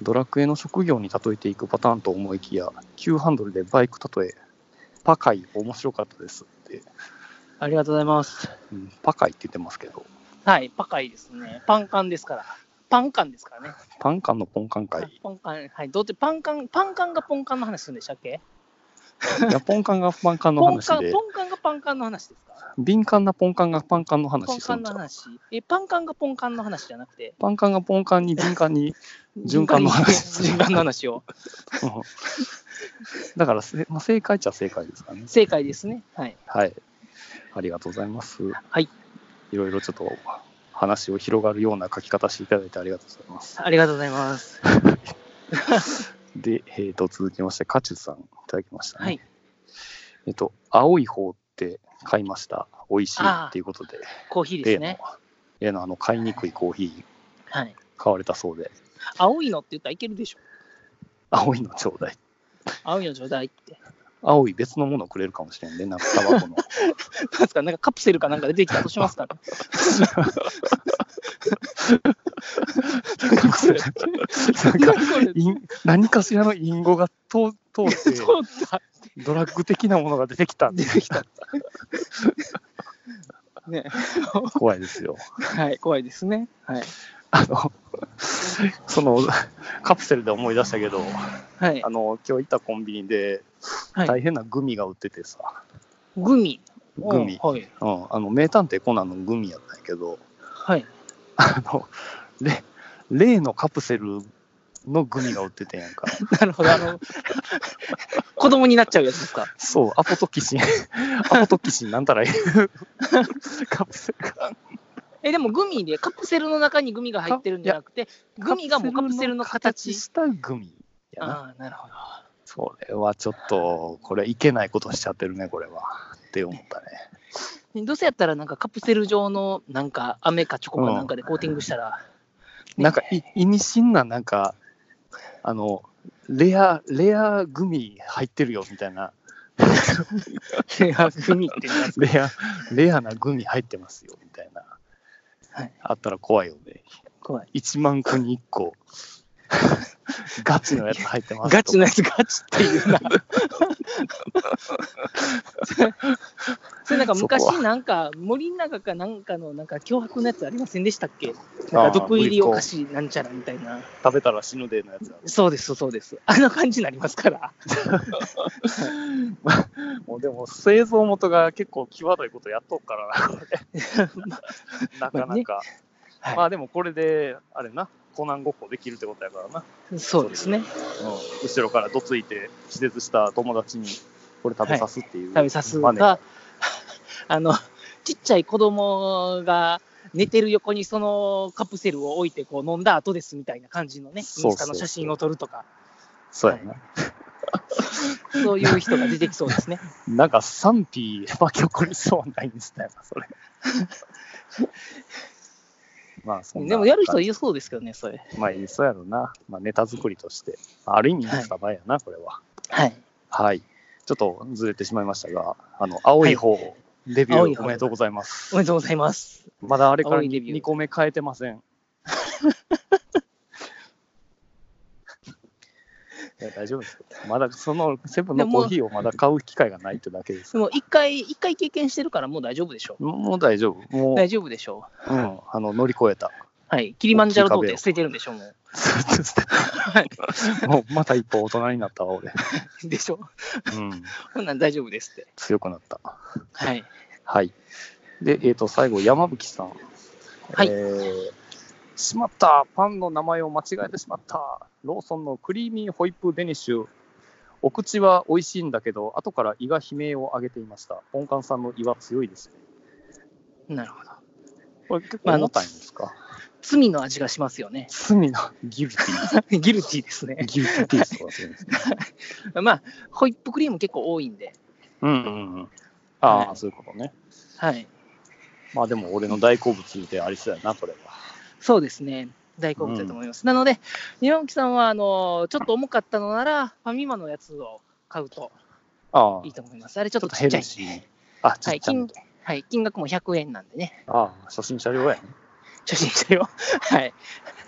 [SPEAKER 2] ドラクエの職業に例えていくパターンと思いきや、急ハンドルでバイク例え、パカイ面白かったですって、
[SPEAKER 3] ありがとうございます。
[SPEAKER 2] うんパカイって言ってますけど、
[SPEAKER 3] はい、パカイですね。パンカンですから。パンカンですからね。
[SPEAKER 2] パンカンのポンカン 会。
[SPEAKER 3] ポンカン、はい。どうって、パンカン、パンカンがポンカンの話するんでしたっけ
[SPEAKER 2] いや、ポンカンがパンカンの
[SPEAKER 3] ポン
[SPEAKER 2] 話
[SPEAKER 3] カン、
[SPEAKER 2] で
[SPEAKER 3] ポ、ンカンがパンカンの話ですか
[SPEAKER 2] 敏感なポンカンがパンカンの
[SPEAKER 3] ポン
[SPEAKER 2] 話す
[SPEAKER 3] カ
[SPEAKER 2] る
[SPEAKER 3] ン
[SPEAKER 2] んじ
[SPEAKER 3] の
[SPEAKER 2] ゃん。
[SPEAKER 3] 話。え、パンカンがポンカンの話じゃなくて、
[SPEAKER 2] パンカンがポンカンに敏感に、循環の話
[SPEAKER 3] 循環の話を。
[SPEAKER 2] うん だからせ、まあ、正解っちゃ正解ですかね。
[SPEAKER 3] 正解ですね。はい。
[SPEAKER 2] はい。ありがとうございます。
[SPEAKER 3] はい。
[SPEAKER 2] いろいろちょっと話を広がるような書き方していただいてありがとうございます。
[SPEAKER 3] ありがとうございます。
[SPEAKER 2] で、えー、と、続きまして、カチュさんいただきましたね。
[SPEAKER 3] はい。
[SPEAKER 2] えっと、青い方って買いました。美味しいっていうことで、
[SPEAKER 3] コーヒーですね。
[SPEAKER 2] 例の、例のあの、買いにくいコーヒー
[SPEAKER 3] はい。
[SPEAKER 2] 買われたそうで、
[SPEAKER 3] 青いのって言ったらいけるでしょ。
[SPEAKER 2] 青いのちょうだい。
[SPEAKER 3] 青いのちょうだいって。
[SPEAKER 2] 青い別のものをくれるかもしれんね、なんかタバコ の。
[SPEAKER 3] なんですか、なんかカプセルかなんか出てきたとしま すから。
[SPEAKER 2] なんかそれなんかイン何かしらの隠語が通通って、
[SPEAKER 3] そうだ。
[SPEAKER 2] ドラッグ的なものが出てきた。
[SPEAKER 3] 出てきた。ね。
[SPEAKER 2] 怖いですよ。
[SPEAKER 3] はい、怖いですね。はい。
[SPEAKER 2] あの、その、カプセルで思い出したけど、
[SPEAKER 3] はい
[SPEAKER 2] あ。の、今日行ったコンビニで、
[SPEAKER 3] はい
[SPEAKER 2] 大変なグミが売っててさ、
[SPEAKER 3] グミ。
[SPEAKER 2] グミ、
[SPEAKER 3] はい。
[SPEAKER 2] うん、あの、名探偵コナンのグミやったんやけど、
[SPEAKER 3] はい。
[SPEAKER 2] あの、れ例のカプセルのグミが売っててんやんか。
[SPEAKER 3] なるほど。あの、子供になっちゃうやつですか。
[SPEAKER 2] そう、アポトキシ ン、アポトキシンなんたらいう カプセルが。
[SPEAKER 3] え、でもグミで、カプセルの中にグミが入ってるんじゃなくて、グミがもうカプセルの形。
[SPEAKER 2] したグミやな。
[SPEAKER 3] ああ、なるほど。
[SPEAKER 2] それはちょっと、これいけないことしちゃってるね、これは。って思ったね。
[SPEAKER 3] ねどうせやったらなんかカプセル状のなんか飴かチョコかなんかでコーティングしたら、
[SPEAKER 2] なんかい、意味深な、なんか、あの、レア、レアグミ入ってるよ、みたいな。
[SPEAKER 3] レアグミってなんですか
[SPEAKER 2] レア、レアなグミ入ってますよ、みたいな。
[SPEAKER 3] はい
[SPEAKER 2] あったら怖いよね。
[SPEAKER 3] 怖い。
[SPEAKER 2] 1万個に1個。ガチのやつ入ってます。
[SPEAKER 3] ガチのやつガチっていうな。それなんか
[SPEAKER 2] そこ
[SPEAKER 3] 昔
[SPEAKER 2] は
[SPEAKER 3] なんか森の中かなんかのなんか脅迫のやつありませんでしたっけなんか毒入りお菓子なんちゃらみたいな。
[SPEAKER 2] 食べたら死ぬでのやつや
[SPEAKER 3] そうです、そうです。あんな感じになりますから。
[SPEAKER 2] もうでも製造元が結構際どいことやっとくからな、これなか
[SPEAKER 3] まあ
[SPEAKER 2] な
[SPEAKER 3] ね
[SPEAKER 2] か。
[SPEAKER 3] はい
[SPEAKER 2] まあでもこれで、あれな、コナンごっこできるってことやからな。
[SPEAKER 3] そうですね。
[SPEAKER 2] うん後ろからどついて、気絶した友達にこれ食べさすっていう、
[SPEAKER 3] 食べさす
[SPEAKER 2] マネ
[SPEAKER 3] が、 あの、ちっちゃい子供が寝てる横にそのカプセルを置いてこう飲んだ後ですみたいな感じのね、イン
[SPEAKER 2] そうそう
[SPEAKER 3] スタの写真を撮るとか、
[SPEAKER 2] そうやな。
[SPEAKER 3] そういう人が出てきそ うですね。
[SPEAKER 2] なんか賛否巻き起こりそうないんですね、そ れ。まあそんな
[SPEAKER 3] でもやる人
[SPEAKER 2] 感
[SPEAKER 3] い
[SPEAKER 2] じ
[SPEAKER 3] そうですけどね、それ。
[SPEAKER 2] まあいいそうやろな。まあネタ作りとして。ある意味インスタ映えやな、これは。
[SPEAKER 3] はい。
[SPEAKER 2] はい。ちょっとずれてしまいましたが、あの、青い方、デビ
[SPEAKER 3] 青
[SPEAKER 2] ュ
[SPEAKER 3] い
[SPEAKER 2] ー
[SPEAKER 3] 方
[SPEAKER 2] おめでとうございます。
[SPEAKER 3] おめでとうございます。
[SPEAKER 2] まだあれから
[SPEAKER 3] 青いデビュー
[SPEAKER 2] 2, 個目変え てません。いや大丈夫ですよ。まだそのセブンのコーヒーをまだ買う機会がないってだけです。
[SPEAKER 3] でも一回、一回経験してるからもう大丈夫でしょう。
[SPEAKER 2] もうもう大丈夫。もう、
[SPEAKER 3] 大丈夫でしょう。
[SPEAKER 2] うん、あの乗り越えた。
[SPEAKER 3] はい。キリマンジャロ童貞捨ててるんでしょう、 も
[SPEAKER 2] もうまた一歩大人になったわ、俺。
[SPEAKER 3] う。でしょ
[SPEAKER 2] うん、
[SPEAKER 3] こんなん大丈夫ですって。
[SPEAKER 2] 強くなった。
[SPEAKER 3] はい。
[SPEAKER 2] はい。で、えっ、と、最後、山吹さん。
[SPEAKER 3] はい
[SPEAKER 2] えーしまったパンの名前を間違えてしまったローソンのクリーミーホイップデニッシュ。お口は美味しいんだけど、後から胃が悲鳴を上げていました。ポンカンさんの胃は強いですね。
[SPEAKER 3] なるほど。
[SPEAKER 2] これ結構
[SPEAKER 3] まああの
[SPEAKER 2] 重たいんですか、。
[SPEAKER 3] 罪の味がしますよね
[SPEAKER 2] 罪なギルティ
[SPEAKER 3] ギルティですね
[SPEAKER 2] ー。。 ギルティーティースとかするんですね。
[SPEAKER 3] まあ、ホイップクリーム結構多いんで。
[SPEAKER 2] うんうんうん。ああ、そういうことね。
[SPEAKER 3] はい。
[SPEAKER 2] まあでも俺の大好物でありそうやな、これは。
[SPEAKER 3] そうですね。大好物だと思います。なので、山木さんは、あの、ちょっと重かったのなら、ファミマのやつを買うと
[SPEAKER 2] ああ、
[SPEAKER 3] いい
[SPEAKER 2] ち
[SPEAKER 3] と思います。あれちょ
[SPEAKER 2] ょ
[SPEAKER 3] っ
[SPEAKER 2] っ
[SPEAKER 3] と
[SPEAKER 2] と
[SPEAKER 3] ちっ
[SPEAKER 2] ヘ
[SPEAKER 3] ちゃ
[SPEAKER 2] ル
[SPEAKER 3] い。
[SPEAKER 2] シーに。あ、ち
[SPEAKER 3] は
[SPEAKER 2] っ
[SPEAKER 3] い
[SPEAKER 2] ちゃい
[SPEAKER 3] 金。はい。金額も100円なんでね。
[SPEAKER 2] ああ、初心者用やね。
[SPEAKER 3] 初心 者よ。はい。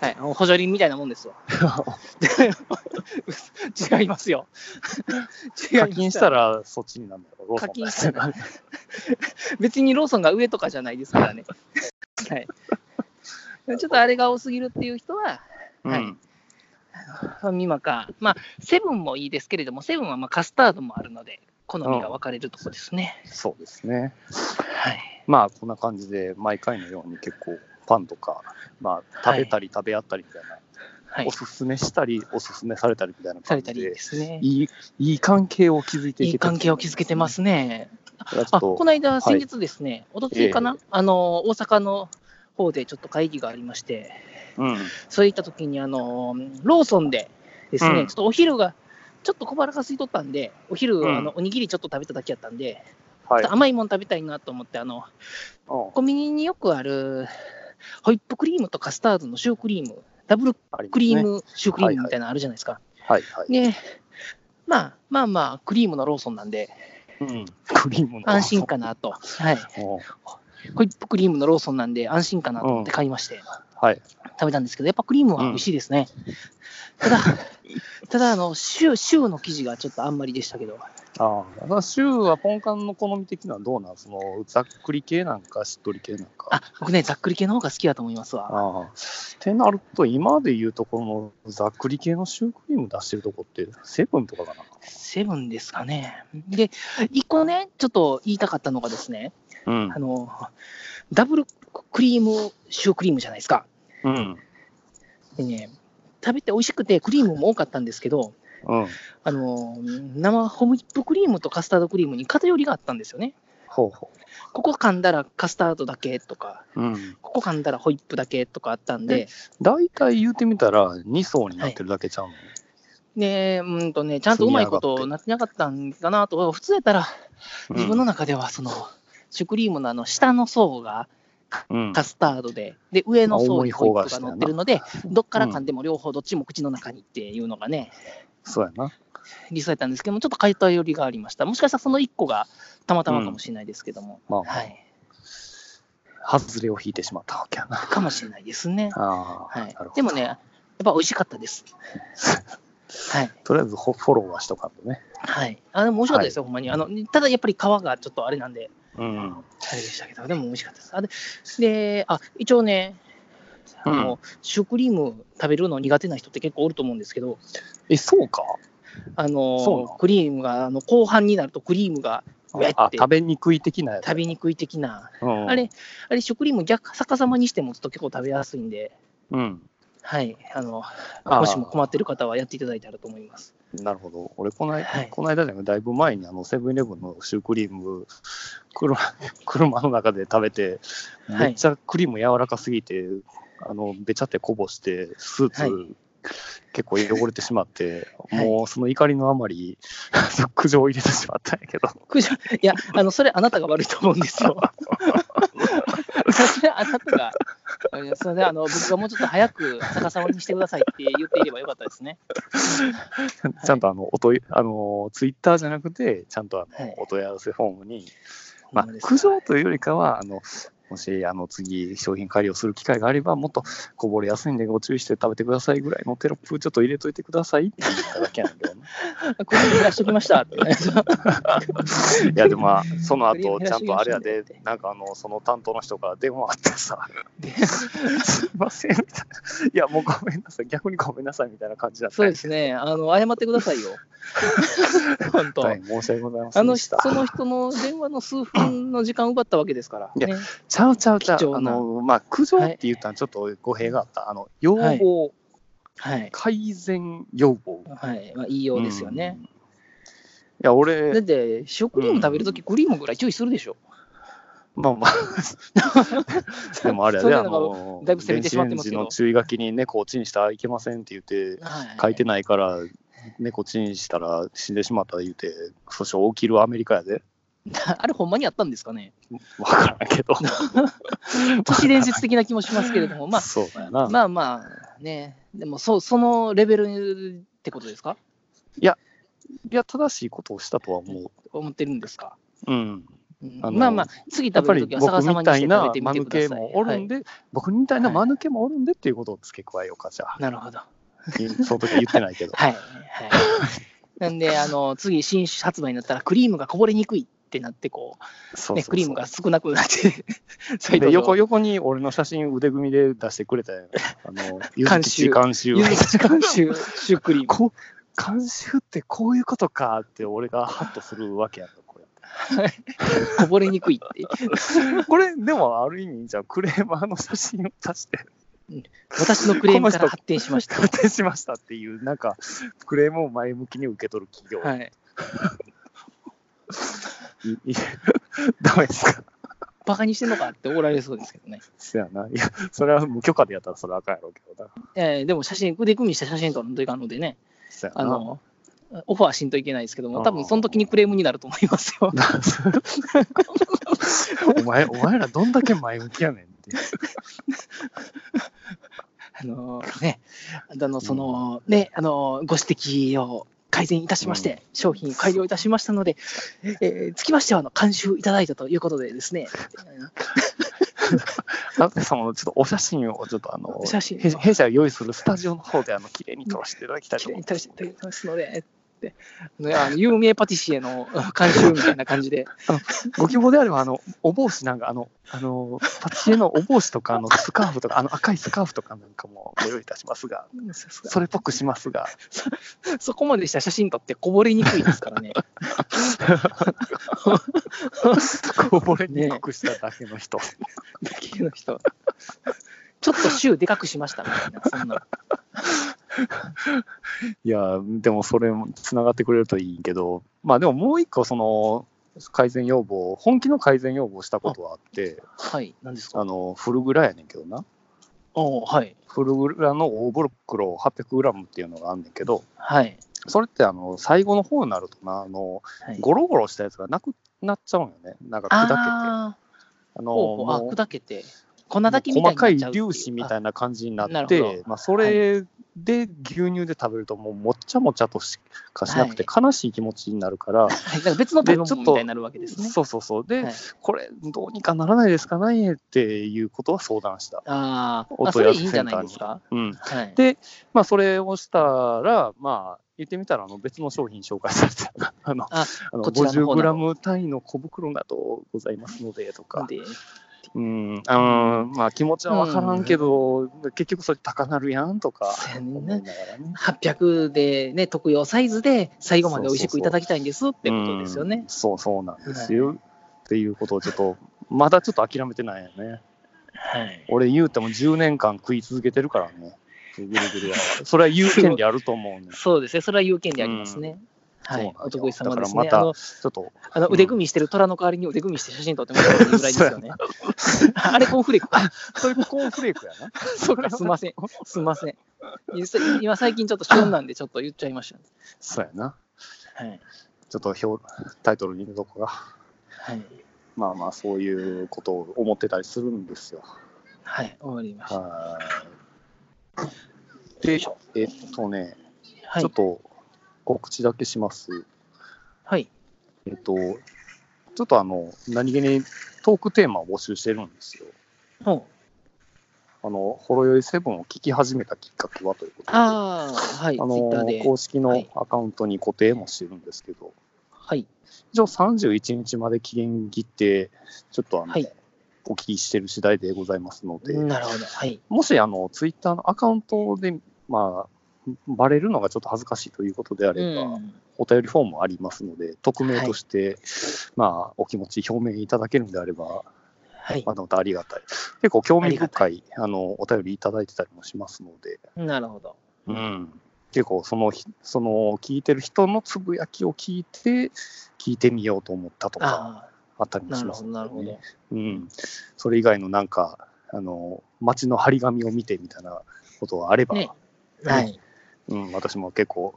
[SPEAKER 3] はい。もう補助輪みたいなもんですわ。 違いますよ。 違います
[SPEAKER 2] 課金したらそっちになるんだろう。ローソン
[SPEAKER 3] 課金したら別にローソンが上とかじゃないですからね。はい。ちょっとあれが多すぎるっていう人は、
[SPEAKER 2] は
[SPEAKER 3] はいい。ファミマか、まあ、セブンもいいですけれども、セブンはまあカスタードもあるので、好みが分かれるとこですね。
[SPEAKER 2] そうですね。
[SPEAKER 3] はい。
[SPEAKER 2] まあ、こんな感じで、毎回のように結構、パンとか、まあ、食べたり食べ合ったりみたいな、
[SPEAKER 3] はい
[SPEAKER 2] お。すすめしたり、おすすめされたりみたいな
[SPEAKER 3] さ
[SPEAKER 2] 感
[SPEAKER 3] れ
[SPEAKER 2] じ
[SPEAKER 3] た
[SPEAKER 2] で、
[SPEAKER 3] りですね。
[SPEAKER 2] いいいい関係を築いてい
[SPEAKER 3] い
[SPEAKER 2] け。
[SPEAKER 3] い関係を築けてますすね。
[SPEAKER 2] だからちょ
[SPEAKER 3] あ、
[SPEAKER 2] っと
[SPEAKER 3] この間、先日ですね、おとついか
[SPEAKER 2] え
[SPEAKER 3] な、あの、大阪の方でちょっと会議がありまして、
[SPEAKER 2] うん、
[SPEAKER 3] そういった時にあのローソンでですね、
[SPEAKER 2] うん
[SPEAKER 3] ちょっとお昼がちょっと小腹が空いとったんで、お昼、
[SPEAKER 2] うん
[SPEAKER 3] あのおにぎりちょっと食べただけやったんで、
[SPEAKER 2] は
[SPEAKER 3] ちょっと
[SPEAKER 2] い。
[SPEAKER 3] 甘いもの食べたいなと思って、あの
[SPEAKER 2] うん
[SPEAKER 3] コンビニによくあるホイップクリームとカスタードのシュークリーム、ダブル
[SPEAKER 2] ありますね
[SPEAKER 3] クリーム、シュークリームみたいなのあるじゃないですか。
[SPEAKER 2] はいはい。
[SPEAKER 3] で、まあまあまあ、クリームのローソンなんで、
[SPEAKER 2] うん、クリームの
[SPEAKER 3] 安心かなと、はい、
[SPEAKER 2] おう
[SPEAKER 3] ホイップクリームのローソンなんで、安心かなと思って買いまして。
[SPEAKER 2] はい。
[SPEAKER 3] 食べたんですけど、やっぱクリームは美味しいですね。ただ、 ただあのシュー、シューの生地がちょっとあんまりでしたけど、
[SPEAKER 2] ああ、だからシューはポンカンの好み的などうなんそのざっくり系なんかしっとり系なんか。
[SPEAKER 3] あ僕ね、ざっくり系の方が好きだと思いますわ。
[SPEAKER 2] ああ。ってなると、今で言うところのざっくり系のシュークリーム出してるとこって、セブンとかか
[SPEAKER 3] セブンですかね。で、一個ね、ちょっと言いたかったのがですね、
[SPEAKER 2] な。
[SPEAKER 3] あの、ダブルクリーム、シュークリームじゃないですか。
[SPEAKER 2] うん。うん。
[SPEAKER 3] でね、食べて美味しくて、クリームも多かったんですけど、
[SPEAKER 2] うん。
[SPEAKER 3] あの、生ホイップクリームとカスタードクリームに偏りがあったんですよね。
[SPEAKER 2] ほうほ
[SPEAKER 3] ここ噛んだらカスタードだけとか、
[SPEAKER 2] う。うん。
[SPEAKER 3] ここ噛んだらホイップだけとかあったんで、
[SPEAKER 2] 大体言うてみたら、2層になってるだけちゃうの。
[SPEAKER 3] ねえ、うんとね、ちゃんとうまいことなってなかったんかなと、普通やったら、
[SPEAKER 2] うん
[SPEAKER 3] 自分の中では、その、シュクリームのあの、下の層が
[SPEAKER 2] うん
[SPEAKER 3] カスタードで、で、上の層にホイップ
[SPEAKER 2] まあ重い方が下や
[SPEAKER 3] が
[SPEAKER 2] な
[SPEAKER 3] 乗ってるので、どっから噛んでも両方、どっちも口の中にっていうのがね、
[SPEAKER 2] そうやな。
[SPEAKER 3] 理想やったんですけども、ちょっと回答寄りがありました。もしかしたらその1個がたまたまかもしれないですけども、
[SPEAKER 2] まあ、
[SPEAKER 3] はい、
[SPEAKER 2] 外れを引いてしまったわけやな。
[SPEAKER 3] かもしれないですね。
[SPEAKER 2] ああ、
[SPEAKER 3] はい
[SPEAKER 2] なるほど。、
[SPEAKER 3] でもね、やっぱ美味しかった です。はい。
[SPEAKER 2] とりあえずフォフォローはしとかんとね。
[SPEAKER 3] はい。あ、でも美味しかったですよ、ほんまに。あの、ただやっぱり皮がちょっとあれなんで、
[SPEAKER 2] うん。
[SPEAKER 3] あれでしたけど、でも美味しかったです。あで、であ一応ね、あのシュークリーム食べるの苦手な人って結構おると思うんですけど、
[SPEAKER 2] え、そうか
[SPEAKER 3] あ
[SPEAKER 2] そうなの
[SPEAKER 3] のクリームがあの後半になるとクリームがうわっ
[SPEAKER 2] あ、
[SPEAKER 3] て
[SPEAKER 2] 食べにくい的なやつ。
[SPEAKER 3] 食べにくい的な、
[SPEAKER 2] うん
[SPEAKER 3] あれ、あれシュークリーム逆逆さまにして持つと結構食べやすいんで、
[SPEAKER 2] うん。
[SPEAKER 3] はい、あの
[SPEAKER 2] あー
[SPEAKER 3] もしも困ってる方はやっていただいたらと思います。
[SPEAKER 2] なるほど。俺、この間、
[SPEAKER 3] はい
[SPEAKER 2] この間じゃないだいぶ前に、あの、セブンイレブンのシュークリーム、 車、車の中で食べて、
[SPEAKER 3] はい
[SPEAKER 2] めっちゃクリーム柔らかすぎて、あの、べちゃってこぼして、スーツ、
[SPEAKER 3] はい
[SPEAKER 2] 結構汚れてしまって、
[SPEAKER 3] はい
[SPEAKER 2] もうその怒りのあまり、 苦情を入れてしまったんやけど、
[SPEAKER 3] 苦情いや、あのそれあなたが悪いと思うんです よ。それあなたが、いやそれであの僕がもうちょっと早く逆さまにしてくださいって言っていればよかったですね。
[SPEAKER 2] ちゃんとあの、おとい、あの、ツイッターじゃなくて、ちゃんとあの、
[SPEAKER 3] はい
[SPEAKER 2] お問い合わせフォームに、まあ
[SPEAKER 3] ほんまで、す
[SPEAKER 2] 苦情というよりかは、あの、もし、あの、次、商品改良する機会があれば、もっとこぼれやすいんでご注意して食べてくださいぐらいのテロップちょっと入れといてくださいって言っただけなん だよね。
[SPEAKER 3] これ減らしときましたって。
[SPEAKER 2] いや、でもまあ、その後、ちゃんとあれやで、なんかあの、その担当の人から電話あってさ、すいません、みたいな。いや、もうごめんなさい、逆にごめんなさい、みたいな感じだった。
[SPEAKER 3] そうですね。あの、謝ってくださ いよ。本当。
[SPEAKER 2] はい、申し訳ございませ
[SPEAKER 3] あ
[SPEAKER 2] ん
[SPEAKER 3] の、
[SPEAKER 2] でし
[SPEAKER 3] そ
[SPEAKER 2] た。
[SPEAKER 3] の人の電話の数分の時間奪ったわけですから。
[SPEAKER 2] いや
[SPEAKER 3] ね、
[SPEAKER 2] ちゃうちゃうちゃ
[SPEAKER 3] 貴
[SPEAKER 2] う。
[SPEAKER 3] 重
[SPEAKER 2] あ
[SPEAKER 3] な
[SPEAKER 2] の、まあ、苦情って言ったらちょっと語弊があった。あの、要望、
[SPEAKER 3] はいはい。
[SPEAKER 2] 改善要望。
[SPEAKER 3] はい。まあ、いいようですよね。
[SPEAKER 2] うん。いや、
[SPEAKER 3] だ
[SPEAKER 2] 俺
[SPEAKER 3] っ、て、食料も食べるとき、クリームぐらい注意するでしょ。
[SPEAKER 2] まあま あ、でもあれや
[SPEAKER 3] そう
[SPEAKER 2] で、
[SPEAKER 3] いう
[SPEAKER 2] あ
[SPEAKER 3] のが
[SPEAKER 2] の、
[SPEAKER 3] だいぶ攻めてしまってますけど
[SPEAKER 2] 電子レンジの注意書きに猫チンしたらいけませんって言って、
[SPEAKER 3] は
[SPEAKER 2] 書いてないから、猫チンしたら死んでしまった言うて、訴訟起きるアメリカやで。
[SPEAKER 3] あれ、ほんまにあったんです かね。
[SPEAKER 2] わからんけど。
[SPEAKER 3] 都市伝説的な気もしますけれども、ま
[SPEAKER 2] そうだよ
[SPEAKER 3] あ、
[SPEAKER 2] な。
[SPEAKER 3] まあまあ、ね。でも、そう、そのレベルってことですか
[SPEAKER 2] いや、正しいことをしたとは思
[SPEAKER 3] 思ってるんですか。
[SPEAKER 2] う。うん。
[SPEAKER 3] うん
[SPEAKER 2] あの
[SPEAKER 3] まあまあ、次
[SPEAKER 2] やっ
[SPEAKER 3] 食
[SPEAKER 2] ぱ
[SPEAKER 3] べる
[SPEAKER 2] り
[SPEAKER 3] ときは逆
[SPEAKER 2] 僕
[SPEAKER 3] さま
[SPEAKER 2] み
[SPEAKER 3] に
[SPEAKER 2] た
[SPEAKER 3] して
[SPEAKER 2] い
[SPEAKER 3] 食
[SPEAKER 2] な
[SPEAKER 3] べて
[SPEAKER 2] 間
[SPEAKER 3] みて
[SPEAKER 2] 抜
[SPEAKER 3] くだ
[SPEAKER 2] け
[SPEAKER 3] さい。
[SPEAKER 2] もおるん
[SPEAKER 3] で、
[SPEAKER 2] で、僕みたいな
[SPEAKER 3] はい
[SPEAKER 2] 間抜けもおるんでっていうことを付け加えようか、じゃあ。
[SPEAKER 3] なるほど。
[SPEAKER 2] その時は言ってない けど。
[SPEAKER 3] はい。はい、なんで、あの、次、新種発売になったら、クリームがこぼれにくいってなって、こう、
[SPEAKER 2] そうそう
[SPEAKER 3] ね、
[SPEAKER 2] そう
[SPEAKER 3] クリームが少なくなって、 サイト
[SPEAKER 2] で横
[SPEAKER 3] 上、
[SPEAKER 2] 横に俺の写真腕組みで出してくれたよ。あ の、ゆず
[SPEAKER 3] 監
[SPEAKER 2] き
[SPEAKER 3] 修
[SPEAKER 2] ち監修。
[SPEAKER 3] ゆずきち監修、シュークリーム。
[SPEAKER 2] こう監修ってこういうことかって俺がハッとするわけやんかこれ。
[SPEAKER 3] こぼれにくいって。
[SPEAKER 2] これ、でもある意味、じゃあクレーマーの写真を出して、
[SPEAKER 3] 私のクレームから発展しました。
[SPEAKER 2] 確定しましたっていう、なんか、クレームを前向きに受け取る企業。
[SPEAKER 3] はい。
[SPEAKER 2] い いダメですか
[SPEAKER 3] バカにしてんのかっておられそうですけどね。
[SPEAKER 2] そやな。いや、それは無許可でやったらそれはあかんやろうけどな。
[SPEAKER 3] えーでも写真、腕組みした写真撮るのといかんのでね、
[SPEAKER 2] そやな。
[SPEAKER 3] あの、オファーしんといけないですけど
[SPEAKER 2] う
[SPEAKER 3] も、
[SPEAKER 2] ん
[SPEAKER 3] 多分その時にクレームになると思いますよ。
[SPEAKER 2] お前、お前らどんだけ前向きやねんって。
[SPEAKER 3] あの ね、あの、その、ね、あの、ご指摘を改善いたしまして、
[SPEAKER 2] う
[SPEAKER 3] 商品改良いたしましたので、えーつきましては、あの、監修いただいたということでですね、
[SPEAKER 2] あな様のちょっとお写真を、ちょっとあの、
[SPEAKER 3] 写真
[SPEAKER 2] 弊社弊社が用意するスタジオの方で、あの、綺麗に撮らせていただき たい
[SPEAKER 3] き
[SPEAKER 2] と
[SPEAKER 3] れい
[SPEAKER 2] 思い
[SPEAKER 3] に対していただきますので、って、あのあの有名パティシエの監修みたいな感じで、
[SPEAKER 2] ます。ご希望であれば、あの、お帽子なんか、あの、あの、パティシエのお帽子とか、あの、スカーフとか、あの、赤いスカーフとかなんかもご用意いたします が、 そ
[SPEAKER 3] そ
[SPEAKER 2] れっぽくします が、
[SPEAKER 3] そこまでした写真撮ってこぼれにくいですか らね。
[SPEAKER 2] こぼれにくくしただけの人。
[SPEAKER 3] だけの人。ちょっと週でかくしましたみたいな、そんな。
[SPEAKER 2] いや、でもそれもつながってくれるといいけど、まあでももう一個、その、改善要望、本気の改善要望したことはあって、
[SPEAKER 3] はい、何です
[SPEAKER 2] あ
[SPEAKER 3] か
[SPEAKER 2] の、フルグラやねんけどな。
[SPEAKER 3] おーはい。
[SPEAKER 2] フルグラの大袋 800g っていうのがあんねんけど、
[SPEAKER 3] はい。
[SPEAKER 2] それってあの、最後の方になるとな、あの、
[SPEAKER 3] はい、
[SPEAKER 2] ゴロゴロしたやつがなくなっちゃうんよね。なんか砕けて。あ
[SPEAKER 3] あ
[SPEAKER 2] の、
[SPEAKER 3] ーほうほうあ
[SPEAKER 2] もう
[SPEAKER 3] 砕けて、粉だけみたい
[SPEAKER 2] 細
[SPEAKER 3] にな
[SPEAKER 2] か
[SPEAKER 3] っ
[SPEAKER 2] い
[SPEAKER 3] ちゃうっていう
[SPEAKER 2] 粒子みたいな感じにな
[SPEAKER 3] あな
[SPEAKER 2] っ
[SPEAKER 3] る
[SPEAKER 2] て、
[SPEAKER 3] ほど
[SPEAKER 2] まあ、それで牛乳で食べるともうもっちゃもっちゃとしかしなくて悲しい気持ちになるから、
[SPEAKER 3] あはいなんか別の食べ
[SPEAKER 2] でち
[SPEAKER 3] 物
[SPEAKER 2] ょっ
[SPEAKER 3] み
[SPEAKER 2] と
[SPEAKER 3] たいになるわけですね。
[SPEAKER 2] そうそうそう。で、
[SPEAKER 3] はい
[SPEAKER 2] これどうにかならないですかねっていうことは相談した。
[SPEAKER 3] あー
[SPEAKER 2] お
[SPEAKER 3] あ、そ
[SPEAKER 2] 問い合
[SPEAKER 3] れ
[SPEAKER 2] わ
[SPEAKER 3] い
[SPEAKER 2] せ
[SPEAKER 3] いんじゃないですか。
[SPEAKER 2] うん。
[SPEAKER 3] はい、
[SPEAKER 2] で、まあそれをしたら、まあ言ってみたらあの別の商品紹介されてた。 あの、
[SPEAKER 3] あ
[SPEAKER 2] あの
[SPEAKER 3] こちらの方な
[SPEAKER 2] 50g 単位の小袋などございますのでとか。
[SPEAKER 3] で
[SPEAKER 2] うん。あのーまあ気持ちはわからんけど、結局それ高なるやんとか
[SPEAKER 3] そうやね
[SPEAKER 2] 思
[SPEAKER 3] ん
[SPEAKER 2] い
[SPEAKER 3] な
[SPEAKER 2] ながらね。
[SPEAKER 3] 800でね、特用サイズで最後まで美味しくいただきたいんですってことですよ
[SPEAKER 2] う
[SPEAKER 3] ね
[SPEAKER 2] ん。そうそうなんですよ。っていうことをちょっと、まだちょっと諦めてないよね。
[SPEAKER 3] はい。
[SPEAKER 2] 俺言うても10年間食い続けてるからね。ぐるぐるは。それは言う権利あると思うね。
[SPEAKER 3] そうですね、それは有権でありますね。
[SPEAKER 2] うん
[SPEAKER 3] はい、
[SPEAKER 2] そうなん
[SPEAKER 3] お
[SPEAKER 2] ですよ
[SPEAKER 3] 得意様です
[SPEAKER 2] だ
[SPEAKER 3] ね。
[SPEAKER 2] か
[SPEAKER 3] あ
[SPEAKER 2] ら
[SPEAKER 3] の
[SPEAKER 2] まちょっと、
[SPEAKER 3] あの
[SPEAKER 2] うん
[SPEAKER 3] 腕組みしてる虎の代わりに腕組みして写真撮ってもらってるぐらいですよ ね。あれコーンフレークか。
[SPEAKER 2] それコーンフレークやな。
[SPEAKER 3] そうか、すいません。すいません。いさ今最近ちょっと旬なんでちょっと言っちゃいました、
[SPEAKER 2] そうやな。
[SPEAKER 3] はい。
[SPEAKER 2] ちょっと表タイトルに入れとこうか。
[SPEAKER 3] はい。
[SPEAKER 2] まあまあ、そういうことを思ってたりするんですよ。
[SPEAKER 3] はい。終わりました。
[SPEAKER 2] はい。で、えっとね、
[SPEAKER 3] は
[SPEAKER 2] ちょっ
[SPEAKER 3] い。
[SPEAKER 2] と告知だけします。
[SPEAKER 3] はい。
[SPEAKER 2] えっと、ちょっとあの、何気にトークテーマを募集してるんですよ。
[SPEAKER 3] ほう
[SPEAKER 2] あの、ほろよいセブンを聞き始めたきっかけはということで。
[SPEAKER 3] ああ、はい、ツイ
[SPEAKER 2] あ
[SPEAKER 3] ッター
[SPEAKER 2] の
[SPEAKER 3] で。
[SPEAKER 2] 公式
[SPEAKER 3] は
[SPEAKER 2] の
[SPEAKER 3] い
[SPEAKER 2] アカウントに固定もしてるんですけど、
[SPEAKER 3] はい。
[SPEAKER 2] 一応31日まで期限切って、ちょっとあの、
[SPEAKER 3] はい
[SPEAKER 2] お聞きしてる次第でございますので、
[SPEAKER 3] なるほど。はい。
[SPEAKER 2] もしあのツイッターのアカウントで、まあ、バレるのがちょっと恥ずかしいということであ
[SPEAKER 3] う
[SPEAKER 2] れば、
[SPEAKER 3] ん。
[SPEAKER 2] お便りフォームもありますので、匿名として、まあ、お気持ち表明いただけるんであれば、
[SPEAKER 3] はい
[SPEAKER 2] ま。たまたありがたい。結構興
[SPEAKER 3] あ
[SPEAKER 2] 味
[SPEAKER 3] りが
[SPEAKER 2] 深いあのお便りいただいてたりもしますので、
[SPEAKER 3] なるほど。
[SPEAKER 2] うん、結構そのひその聞いてる人のつぶやきを聞いて聞いてみようと思ったとか
[SPEAKER 3] あ
[SPEAKER 2] あったり
[SPEAKER 3] あ、
[SPEAKER 2] も
[SPEAKER 3] な
[SPEAKER 2] し
[SPEAKER 3] る
[SPEAKER 2] ま
[SPEAKER 3] ほ
[SPEAKER 2] す
[SPEAKER 3] ど、
[SPEAKER 2] ので
[SPEAKER 3] なるほど。
[SPEAKER 2] うん、それ以外のなんかあの街の張り紙を見てみたいなことがあれば、
[SPEAKER 3] ねはい。
[SPEAKER 2] うん、私も結構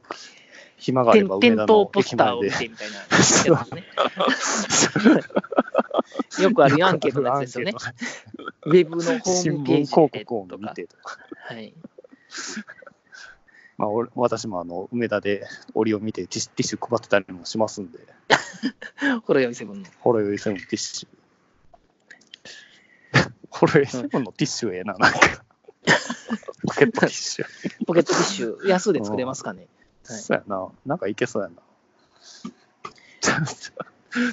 [SPEAKER 2] 暇があれば
[SPEAKER 3] 店
[SPEAKER 2] 上田
[SPEAKER 3] 頭
[SPEAKER 2] の
[SPEAKER 3] ポス
[SPEAKER 2] 駅
[SPEAKER 3] ター
[SPEAKER 2] 前
[SPEAKER 3] を
[SPEAKER 2] で
[SPEAKER 3] 見てみたいなやつですね。よく あるアンケートのやつですよね。ウェブのホ
[SPEAKER 2] 新
[SPEAKER 3] ーム
[SPEAKER 2] 聞
[SPEAKER 3] ペー
[SPEAKER 2] 広
[SPEAKER 3] ジで
[SPEAKER 2] 告を
[SPEAKER 3] と
[SPEAKER 2] 見
[SPEAKER 3] か。
[SPEAKER 2] てとか、
[SPEAKER 3] はい。
[SPEAKER 2] まあ、俺私もあの梅田で折を見てティッシュティッシュ配ってたりもしますんで、
[SPEAKER 3] ほろよいセブンの。
[SPEAKER 2] ホロヨイセブンティッシュ。 ホロヨイセブンのティッシュええな、なんか。ポケットティッシュ。
[SPEAKER 3] ポケットティッシュ、安で作れますかね。はい
[SPEAKER 2] そうやな。なんかいけそう やな。ちょっと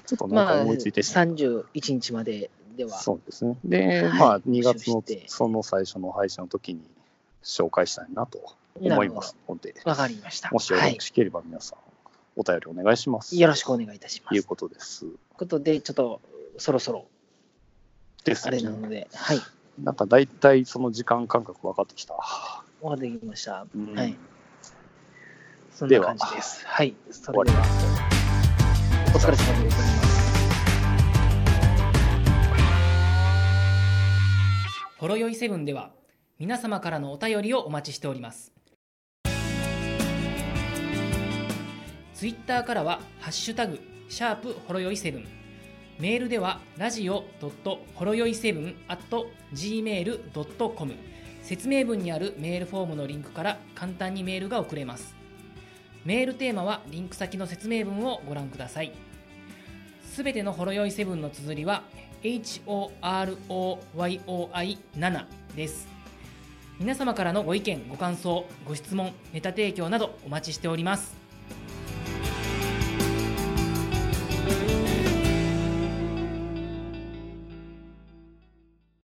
[SPEAKER 2] ちょっとなんか思いついてしまう。
[SPEAKER 3] 31日まででは。
[SPEAKER 2] そうですね。で、
[SPEAKER 3] はい
[SPEAKER 2] まあ、2月
[SPEAKER 3] 募
[SPEAKER 2] の
[SPEAKER 3] 集して
[SPEAKER 2] その最初の配信の時に紹介したいなと
[SPEAKER 3] な
[SPEAKER 2] 思い
[SPEAKER 3] るほ
[SPEAKER 2] ま
[SPEAKER 3] ど
[SPEAKER 2] す。ので、
[SPEAKER 3] わかりました。
[SPEAKER 2] もしよ
[SPEAKER 3] は
[SPEAKER 2] ろ
[SPEAKER 3] い。
[SPEAKER 2] しければ皆さん、お便りお願いします。
[SPEAKER 3] よろしくお願いいたしま
[SPEAKER 2] とい
[SPEAKER 3] す。というう
[SPEAKER 2] ことです。
[SPEAKER 3] ことで、ちょっと、そろそろ、
[SPEAKER 2] です
[SPEAKER 3] あれな
[SPEAKER 2] ね。
[SPEAKER 3] ので、はい。
[SPEAKER 2] なんか大体その時間感覚分かってきた。
[SPEAKER 3] おわかりました。
[SPEAKER 2] うん
[SPEAKER 3] はいそんな感じです。はい。それでは、お疲れ様でございます。
[SPEAKER 1] ほろよいセブンでは皆様からのお便りをお待ちしておりますツイッターからは「ハッシュタグシャープほろよいセブン」メールではラジオほろよいセブン gmail.com 説明文にあるメールフォームのリンクから簡単にメールが送れますメールテーマはリンク先の説明文をご覧くださいすべてのほろ酔いセブンの綴りは HOROYOI7 です皆様からのご意見ご感想ご質問ネタ提供などお待ちしております